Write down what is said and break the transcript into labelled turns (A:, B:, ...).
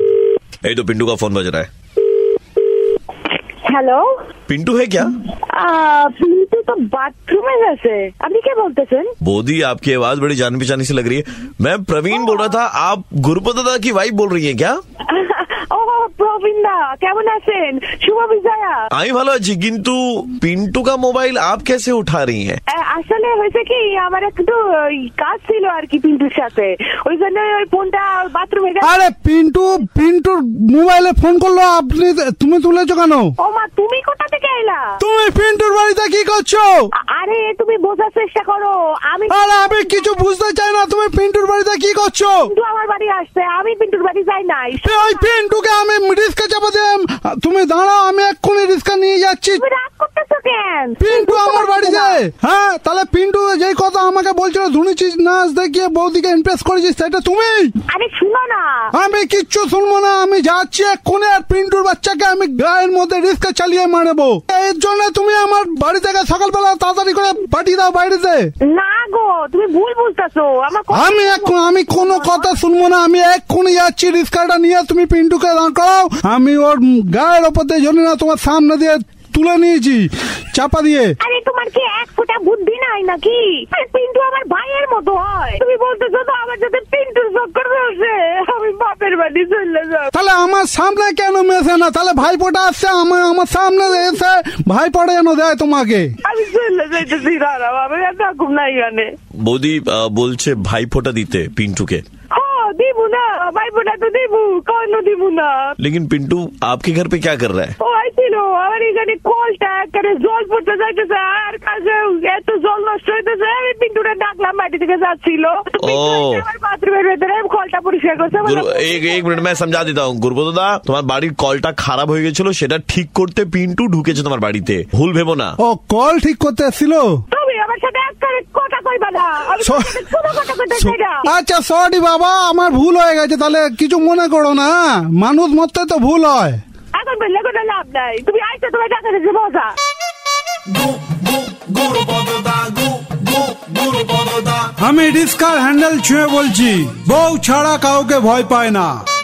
A: ये तो पिंटू का फोन बज रहा है
B: হ্যালো
A: पिंटू है क्या
B: পিন্টু Uh, তো বাথরুমে গেছে আপনি কে বলতেছেন
A: बोधी आपकी आवाज बड़ी जान पहचानी सी लग रही है मैं प्रवीण बोल रहा था आप गुरुपद दादा की वाइफ बोल रही है क्या
B: ও প্রবীণদা কেমন আছেন শুভ বিজয়া
A: आई ভালো আছি কিন্তু পিন্টু কা মোবাইল आप कैसे উঠা रही हैं
B: আহ, আসলে হয়েছে কি আমার একটু ওই কাজ ছিল আর কি পিন্টুর সাথে ওই জন্য ওই ফোনটা বাথরুমে গেছে
C: আরে পিন্টু পিন্টুর মোবাইলে ফোন করলো আপনি তুমি তুলেছো কেন
B: ও মা তুমি কোথা থেকে এলা
C: তুমি পিন্টুর বাড়িতে কি করছো
B: আ- আরে তুমি বোঝার চেষ্টা করো আমি
C: আরে আমি কিছু বুঝতে চাই না তুমি পিন্টুর বাড়িতে কি করছো
B: পিন্টু আমার বাড়ি আসছে আমি পিন্টুর বাড়ি যাই নাই
C: এ, ওই পিন্টুকে আমি রিস্কে চাপা দিলাম তুমি দাঁড়াও আমি এক্ষুনি রিস্কা নিয়ে যাচ্ছি
B: তুমি রাগ করতেছো কেন
C: পিন্টু আমার বাড়িতে হ্যাঁ তাহলে পিন্টু যেই কথা আমাকে বলছিল ধুনেছিস নাচ দেখিয়ে বৌদিকে ইমপ্রেস করেছিস সেটা তুমি
B: আরে শুনো না
C: আমি কিচ্ছু শুনবো না আমি যাচ্ছি এক্ষুনি আর পিন্টুর বাচ্চাকে আমি গায়ের মধ্যে রিস্কে চালিয়ে মারবো এর জন্য তুমি আমার বাড়ি থেকে সকালবেলা তাড়াতাড়ি করে পাঠিয়ে দাও বাইরেতে
B: না গো তুমি ভুল বুঝতেছো আমার কথা-
C: আমি এখন আমি কোনো কথা শুনবো না আমি এক্ষুনি যাচ্ছি রিস্কাটা নিয়ে তুমি পিন্টুকে দাঁড় করাও আমি ওর গায়ের ওপর দিয়ে জানি না তোমার সামনে দিয়ে তুলে নিয়েছি চাপা দিয়ে
B: আরে তোমার কি এক ফোঁটা বুদ্ধি নাই নাকি আরে পিন্টু আমার ভাইয়ের মতো হয় তুমি বলতেছো তো আমার সাথে পিন্টুর চক্কর রয়েছে আমি বাপের বাড়ি চলে যাব
C: তাহলে আমার সামনে কেন মেশে না তাহলে ভাইপোটা আসছে আমার আমার সামনে এসে ভাইপোটা এনে দেয় তোমাকে
B: আমি চলে যাইতেছি দাঁড়াও আমি আর থাকুম না এখানে
A: বৌদি আহ, বলছে ভাই ফোটা দিতে পিंटू के
B: হ দিব না ভাই বোনা তো দিব কেন দিব না
A: लेकिन पिंटू आपके घर पे क्या कर रहा है
B: ও আইছিল আমার এখানে কলটা একবারে জল পড়তে যাইতেছে আর কাছে এত জল নষ্ট হইতেছে আমি পিন্টুটা ডাকলাম মাটি থেকে যাচ্ছিল পিন্টু এসে আমার বাথরুমের ভেতরে কলটা পরিষ্কার করছে
A: গুরু
B: বললাম,
A: এক এক মিনিট আমি समझा দিতা হুম গুরুপদদা তোমার বাড়ির কলটা খারাপ হয়ে গেছিল সেটা ঠিক করতে পিंटू ঢুকেছে তোমার বাড়িতে ভুল ভেবো না
C: ও কল ঠিক করতে এসেছিল
B: তুমি আমার সাথে একবারে কথা কইবা না আমি
C: সো-
B: তোমার সাথে কোনো কথা কইতে চাই না
C: আচ্ছা সরি বাবা আমার ভুল হয়ে গেছে তাহলে কিছু মনে করো না মানুষ মরতে তো ভুল হয়
B: এখন বললে কোনো লাভ নাই তুমি আইছো তোমার টাকা দিতে মজা
C: আমি রিস্কার হ্যান্ডেল ছুঁয়ে বলছি বউ ছাড়া কাউকে ভয় পায় না